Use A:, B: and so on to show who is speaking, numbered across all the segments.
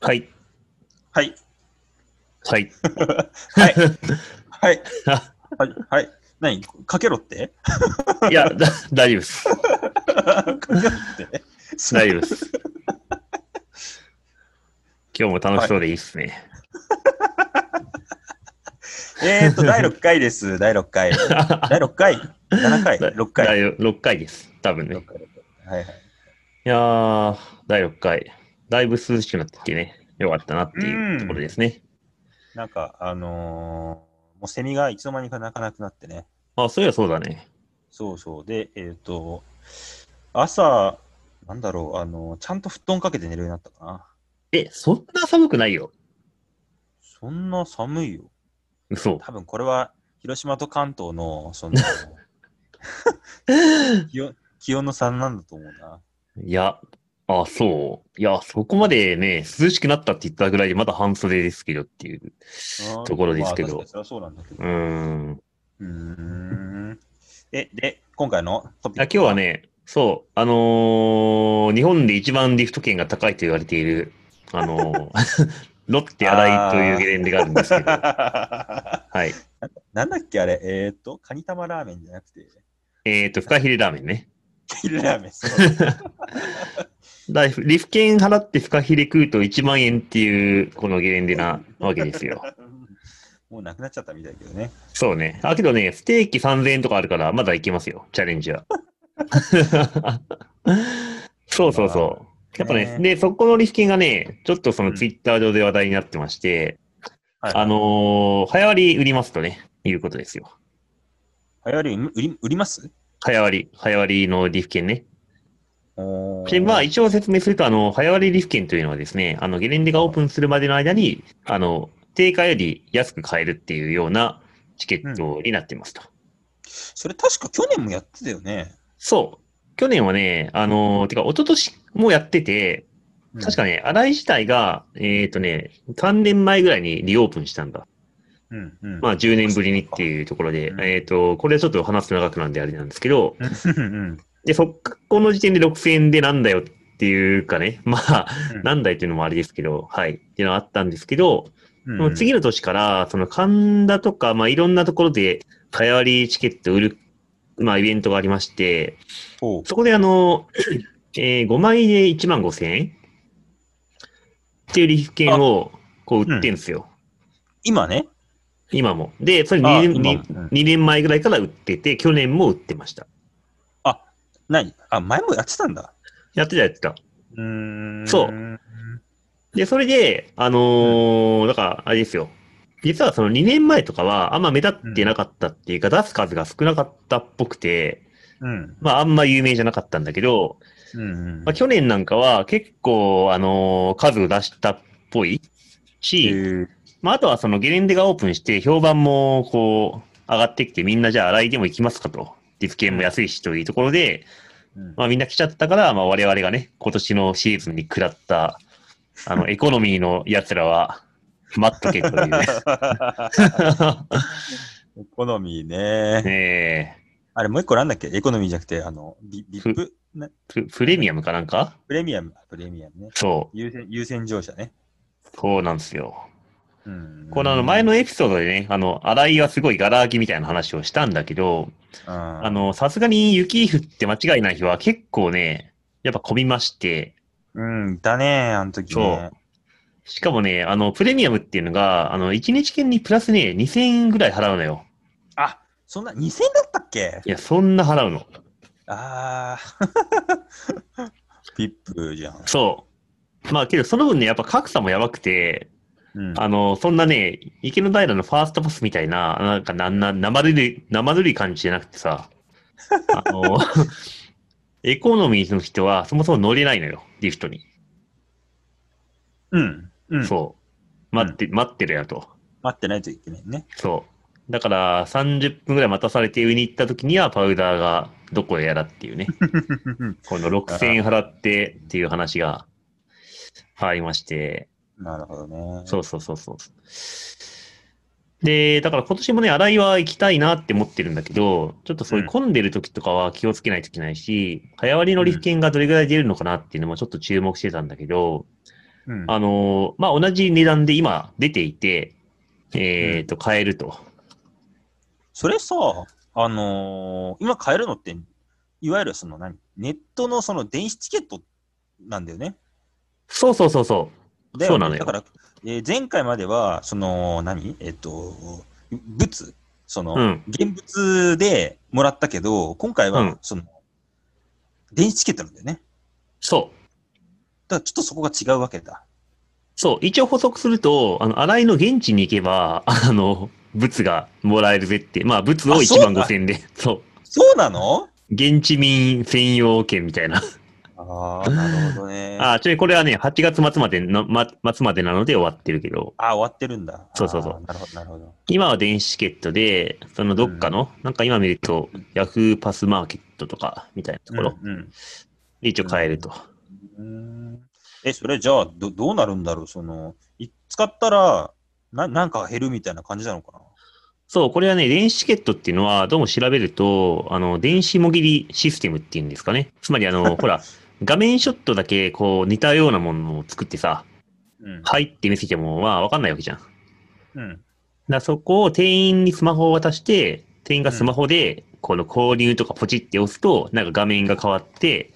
A: はい。
B: はい。
A: はい。
B: はい。はい。
A: あ
B: はい。はい。何かけろって
A: いや、だ大丈夫です。
B: かけろって
A: 大丈夫です。今日も楽しそうでいいっすね。
B: えーっと、第6回です。第6回。第6回 ?7 回 ?6 回。
A: 第6回です。多分ね。
B: 六回はいはい。
A: いやー、第6回。だいぶ涼しくなってきてね、よかったなっていうところですね。
B: なんか、あのーもうセミがいつの間にか鳴かなくなってね。
A: あ、そういやそうだね。
B: そうそう。で、えーっと、朝、なんだろう、あのーちゃんと布団かけて寝るようになったかな。
A: え、そんな寒くないよ。
B: そんな寒いよ。
A: 嘘。
B: 多分これは広島と関東 のその気温気温の差なんだと思うな。
A: いや、あ、そう。いや、そこまでね、涼しくなったって言ったぐらいで、まだ半袖ですけどっていう。ところですけど
B: まあ確かにそれはそうなんだけど
A: うーん。
B: うーんえ、で、今回のト
A: い
B: ピ
A: や今
B: ック。
A: 日はね、そう、あのー日本で一番リフト券が高いと言われている、あのーロッテ新井というゲレンデがあるん ですけど、はい。
B: なんだっけあれえーっと、カニ玉ラーメンじゃなくて、
A: えっ、と、フカヒレラーメンね。
B: キルラーメン。そう
A: だいリフ券払ってフカヒレ食うと1万円っていう、このゲレンデなわけですよ。
B: もうなくなっちゃったみたいだけどね。
A: そうね。あ、けどね、ステーキ3000円とかあるから、まだいけますよ、チャレンジは。そうそうそう。やっぱね、
B: ね
A: で、そこのリフ券がね、ちょっとその
B: うん
A: ツイッター上で話題になってまして、
B: はい
A: あのー早割り売りますとね、いうことですよ。
B: 流行り売り売ります
A: 早割り、早割りのリフ券ね。
B: おー
A: で、まあ一応説明すると、あの、早割りリフ券というのはですね、あの、ゲレンデがオープンするまでの間に、あの、定価より安く買えるっていうようなチケットになってますと。
B: それ確か去年もやってたよね。
A: そう。去年はね、あのてか、一昨年もやってて、確かね、新井自体が、えっ、とね、3年前ぐらいにリオープンしたんだ。
B: うん。うん。うん。
A: まあ10年ぶりにっていうところで、
B: うん
A: えっ、と、これちょっと話すの長くなんであれなんですけど、
B: うんうん
A: で、そっかこの時点で6000円でなんだよっていうかね、 まあ、
B: うん
A: なんだよっていうのもあれですけど、はい、っていうのはあったんですけど、
B: うん
A: もう次の年から、その神田とか、まあいろんなところで、早割りチケット売る、まあイベントがありまして、
B: ほう
A: そこであの、 えー5枚で1万5千円っていうリフ券をこう売ってんですよ。
B: 今ね、
A: 今も。で、それ
B: あ
A: 2,
B: 今
A: 年
B: もうん
A: 二年前ぐらいから売ってて、去年も売ってました。
B: 何あ、前もやってたんだ。
A: やってたやってた。
B: うーん
A: そうで、それで、あのーだから、あれですよ。実はその2年前とかは、あんま目立ってなかったっていうか、出す数が少なかったっぽくて、
B: うん。
A: まああんま有名じゃなかったんだけど、
B: うん。
A: まあ、去年なんかは結構、あのー数を出したっぽいし、
B: 年、
A: まあ、あとはそのゲレンデがオープンして、評判もこう、上がってきて、みんなじゃあ洗いでも行きますかと。リフ券も安いしというところで、
B: うん
A: まあみんな来ちゃったから、まあ我々がね、今年のシーズンに食らった、あ の、エコノミーの奴らは、待っとけというね。
B: エコノミーね。
A: ね
B: あれ、もう一個なんだっけエコノミーじゃなくて、あの、ビビップな
A: えプ、プレミアムかなんか
B: プレミアム、プレミアムね。
A: そ
B: 優先優先乗車ね。
A: う。そうなんですよ。
B: うん
A: このあの前の、エピソードでね、あの、洗いはすごいガラ空きみたいな話をしたんだけど、あ
B: あの、
A: の、さすがに雪降って間違いない日は結構ね、やっぱ混みまして、
B: うん、いたね、あの時ね。
A: しかもね、あの、プレミアムっていうのが、あの、1日券にプラスね、2000円ぐらい払うのよ。
B: あ、そんな、2000だったっけ
A: いや、そんな払うの。
B: あー ビップじゃん。
A: そう。まあ、けど、その分ね、やっぱ格差もやばくて、
B: うん
A: あの、そんなね、池の平のファーストパスみたいな、なんか、なんな、生ぬるい、生ぬるい感じじゃなくてさ、あ の、エコノミーの人は、そもそも乗れないのよ、リフトに。
B: うん。うん。
A: そう。待って、待ってるやと。
B: 待ってないといけない ね。
A: そう。だから、30分ぐらい待たされて上に行った時には、パウダーがどこへやらっていうね。この6000円払ってっていう話がありまして、
B: なるほどね。
A: そうそうそうそう。で、だから今年もね、洗いは行きたいなって思ってるんだけど、ちょっとそういう
B: うん
A: 混んでる時とかは気をつけないといけないし、早割りの利フ券がどれぐらい出るのかなっていうのもちょっと注目してたんだけど、
B: うん。
A: あのーまあ、同じ値段で今出ていて、えっ、と、買えると。
B: それさ、あのー今買えるのって、いわゆるその何ネットのその電子チケットなんだよね。
A: そうそうそうそう。
B: だ
A: そうなのよ
B: だから、えー前回までは、その、何えっと、物その、
A: うん
B: 現物でもらったけど、今回
A: う
B: は
A: ん、
B: その、電子チケットなんだよね。
A: そう。
B: だからちょっとそこが違うわけだ。
A: そう。一応補足すると、あの、新井の現地に行けば、あの、物がもらえるぜって。まあ、物を
B: あそう
A: 1
B: な
A: 万
B: ん
A: 5千円で。そう。
B: そうなの
A: 現地民専用券みたいな。
B: ああ、なるほどね。あ
A: あ、ちょい、これはね、8月末までな、ま、末までなので終わってるけど、
B: あー、終わってるんだ。
A: そうそうそう
B: あーなるほど、なるほど。
A: 今は電子チケットで、そのどっかの、なんか今見ると、ヤフーパスマーケットとかみたいなところ
B: うんうん
A: で一応買えると。
B: うーんえ、それじゃあど、どうなるんだろうその、い使ったら、な、なんか減るみたいな感じなのかな
A: そう、これはね、電子チケットっていうのは、どうも調べると、あの、電子もぎりシステムっていうんですかね。つまり、あ の、ほら、画面ショットだけ、こう、似たようなものを作ってさ、
B: うん。
A: 入って見せても、まあ、わかんないわけじゃん。だか
B: うん。
A: らそこを店員にスマホを渡して、店員がスマホで、この購入とかポチって押すと、なんか画面が変わって、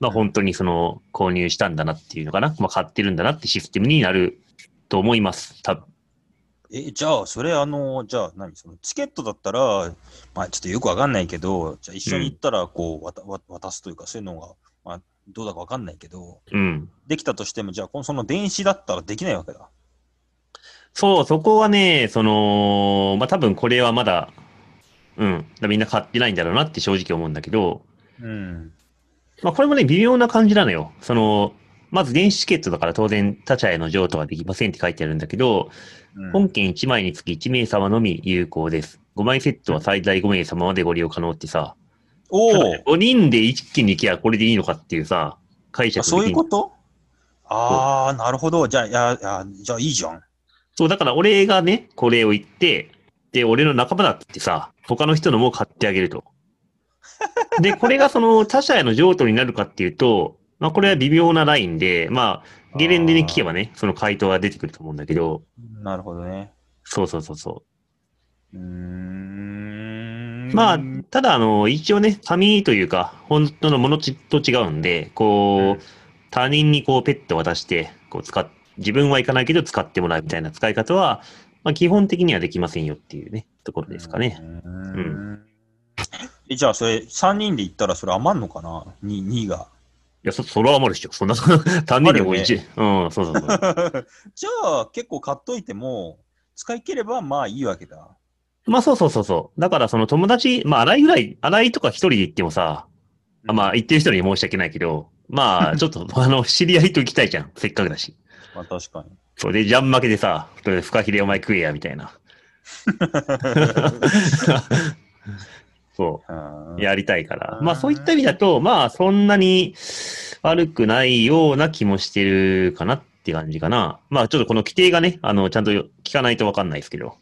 A: まあ、本当にその、購入したんだなっていうのかな。まあ、買ってるんだなってシステムになると思います。多分。
B: え、じゃあ、それ、あの、じゃあ何、その、チケットだったら、まあ、ちょっとよくわかんないけど、じゃあ、一緒に行ったら、こう、わた、わ渡すというか、そういうのが、まあ、どうだかわかんないけど、
A: うん。
B: できたとしても、じゃあ、このその電子だったらできないわけだ。
A: そう、そこはね、その、まあ、多分これはまだ、うん、だからみんな買ってないんだろうなって正直思うんだけど、
B: うん。
A: まあ、これもね、微妙な感じなのよ。その、まず電子チケットだから当然他社への譲渡はできませんって書いてあるんだけど、
B: うん
A: 本件1枚につき1名様のみ有効です。5枚セットは最大5名様までご利用可能ってさ、
B: お
A: ただ
B: ー
A: ね5人で一気に行けばこれでいいのかっていうさ、解
B: あ
A: 釈
B: そういう
A: でき
B: こ
A: ん
B: とああ、なるほど。じゃあ、いや、いやじゃあ、いいじゃん。
A: そう、だから俺がね、これを言って、で、俺の仲間だってさ、他の人のも買ってあげる と。で、これがその他者への譲渡になるかっていうと、まあこれは微妙なラインで、まあ、ゲレンデに聞けばね、その回答が出てくると思うんだけど、
B: なるほどね。
A: そうそうそうそう
B: ーん
A: う。まあ
B: うん、
A: ただあの、一応ね、紙というか、本当のものちと違うんで、こう、他人にこうペット渡して、こう使っ、自分は行かないけど使ってもらうみたいな使い方は、まあ基本的にはできませんよっていうね、ところですかね。。
B: うん。えじゃあ、それ、3人で行ったらそれ余んのかな ?2、二 が。
A: いや、そ、それは余るでしょ。そんな、 単人でも一、うん、そうそうそう。
B: じゃあ、結構買っといても、使い切ればまあいいわけだ。
A: まあ、そうそうそうそう。だから、その友達、まあ、洗いぐらい、洗いとか一人で行ってもさ、あまあ、行ってる人に申し訳ないけど、ま あ、ちょっと、あの、知り合いと行きたいじゃん。せっかくだし。
B: まあ、確かに。
A: それで、ジャン負けでさ、それでフカヒレお前食えや、みたいな。 そうう。
B: ん
A: やりたいから。
B: うん
A: まあ、そういった意味だと、まあ、そんなに悪くないような気もしてるかなって感じかな。まあ、ちょっとこの規定がね、あの、ちゃんと聞かないとわかんないですけど。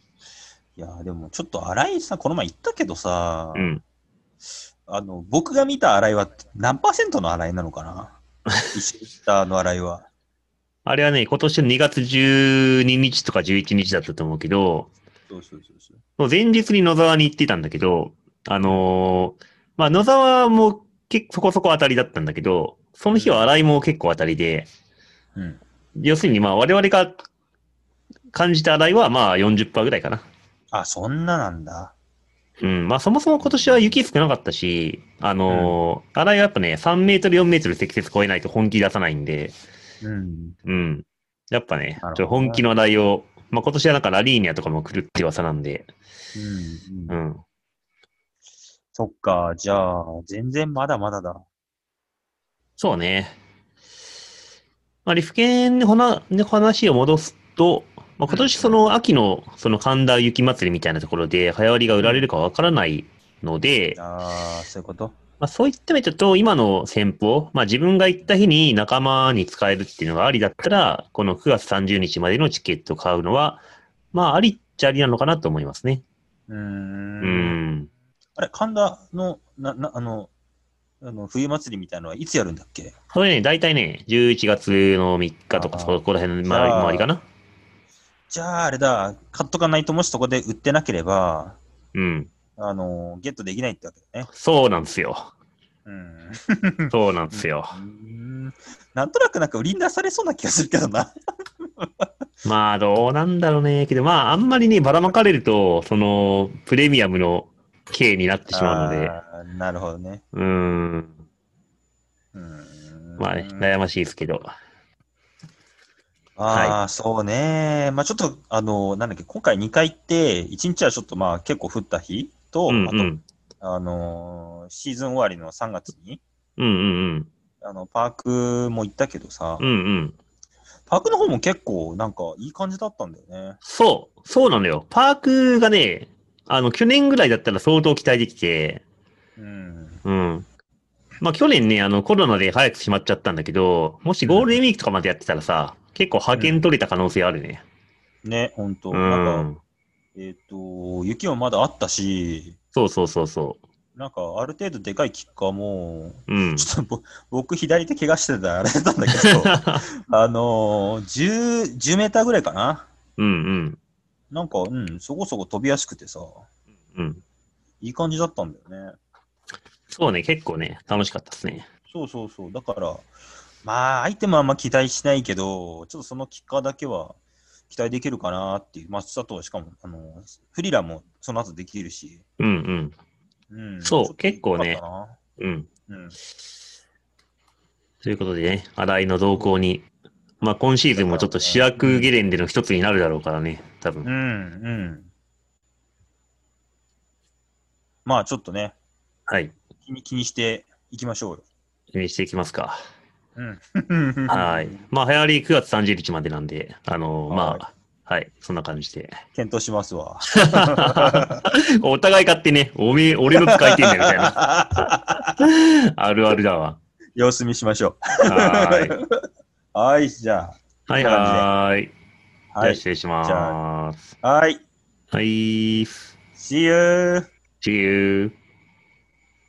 B: いや、でもちょっと新井さん、この前行ったけどさ、
A: うん。
B: あの、僕が見た新井は何パーセントの新井なのかな一緒に行ったあの新井は。
A: あれはね、今年の2月12日とか11日だったと思うけど、
B: そうそうそうそう。
A: 前日に野沢に行ってたんだけど、あのーまあ、野沢も結構そこそこ当たりだったんだけど、その日は新井も結構当たりで、
B: うん。
A: 要するにまあ我々が感じた新井はまあ40%ぐらいかな。
B: あ、そんななんだ。
A: うん。まあそもそも今年は雪少なかったし、あのー新井はやっぱね、3メートル4メートル積雪超えないと本気出さないんで、
B: うん。
A: うん。やっぱね、ち
B: な
A: ょ
B: るほどね
A: っと本気の内容、まあ、今年はなんかラリーニャとかも来るって噂なんで、
B: うん
A: う
B: うん、
A: ん。
B: そっか、じゃあ、全然まだまだだ。
A: そうね。まあ、リフケンの話の話を戻すと、まあ、今年その秋のその神田雪祭りみたいなところで早割りが売られるかわからないので、
B: ああ、そういうこと
A: まあ、そういった意味だと今の戦法、まあ、自分が行った日に仲間に使えるっていうのがありだったら、この9月30日までのチケットを買うのは、まあありっちゃありなのかなと思いますね。
B: うーん
A: うん
B: あれ、神田の、な、な、あの、あの冬祭りみたいのはいつやるんだっけ
A: それね、大体ね、11月の3日とか
B: あー
A: そこら辺の
B: じゃあ
A: 周りかな。
B: じゃああれだ、買っとかないともしそこで売ってなければ、
A: うん。
B: あのゲットできないってわけだね。
A: そうなんですよ。
B: うん。
A: そうなんですよ。
B: うんなんとなくなんか売りに出されそうな気がするけどな。
A: まあ、どうなんだろうね。けど、まあ、あんまりね、ばらまかれると、その、プレミアムの刑になってしまうので、
B: あーなるほどね。
A: うーん。
B: うん
A: まあね、悩ましいですけど。
B: ああ、そうね。まあちょっと、あの、なんだっけ、今回2回行って、1日はちょっとまあ結構降った日と、
A: うんう
B: あ
A: ん。
B: と、あのーシーズン終わりの3月に、
A: うんうん
B: あの、パークも行ったけどさ、
A: うん。うんうん。
B: パークの方も結構なんかいい感じだったんだよね。
A: そう、そうなのよ。パークがね、あの、去年ぐらいだったら相当期待できて、
B: うん。
A: うん。まあ、去年ね、あの、コロナで早く閉まっちゃったんだけど、もしゴールデンウィークとかまでやってたらさ、結構派遣取れた可能性あるね。
B: ね、ほんと。
A: う
B: なんか、
A: ん。
B: えっ、と、雪もまだあったし、
A: そうそうそうそ
B: なんかある程度でかいキッカーも、
A: う。うん。
B: ちょっとぼ僕左手怪我してたあれだったんだけど、 あのー、10, 10メーターぐらいかな。
A: うんうん。
B: なんか、うん、そこそこ飛びやすくてさ、
A: うん。
B: いい感じだったんだよね。
A: そうね、結構ね、楽しかったですね。
B: そうそうそう。だから、まあ、アイテムはあんま期待しないけど、ちょっとそのキッカーだけは期待できるかなっていう。まあ、佐藤はしかも、あの、フリラもその後できるし。
A: うん
B: うん。
A: そう
B: ちょっと
A: 結構ね
B: 良かっ
A: うん。うん。
B: たなうん。
A: ということでね、新井の動向に、まあ今シーズンもちょっと主役ゲレンデの一つになるだろうからね、多
B: う
A: 分。
B: ん、うん。まあ、ちょっとね、
A: はい。
B: 気に気にしていきましょうよ。
A: 気にしていきますか。
B: う ん。
A: はい。まあ、流行り9月30日までなんで、あのー
B: はい
A: まあ、はい、そんな感じで。
B: 検討しますわ。
A: お互い勝手にね、おめえ、俺の使いてんだよ、みたいな。 あるあるだわ。
B: 様子見しましょ
A: はーい。
B: う。 はい、じゃ
A: はいはーい。
B: あ。
A: じゃ
B: は
A: あ
B: い。
A: 失礼します。
B: はい。
A: はい。
B: See you!
A: See you.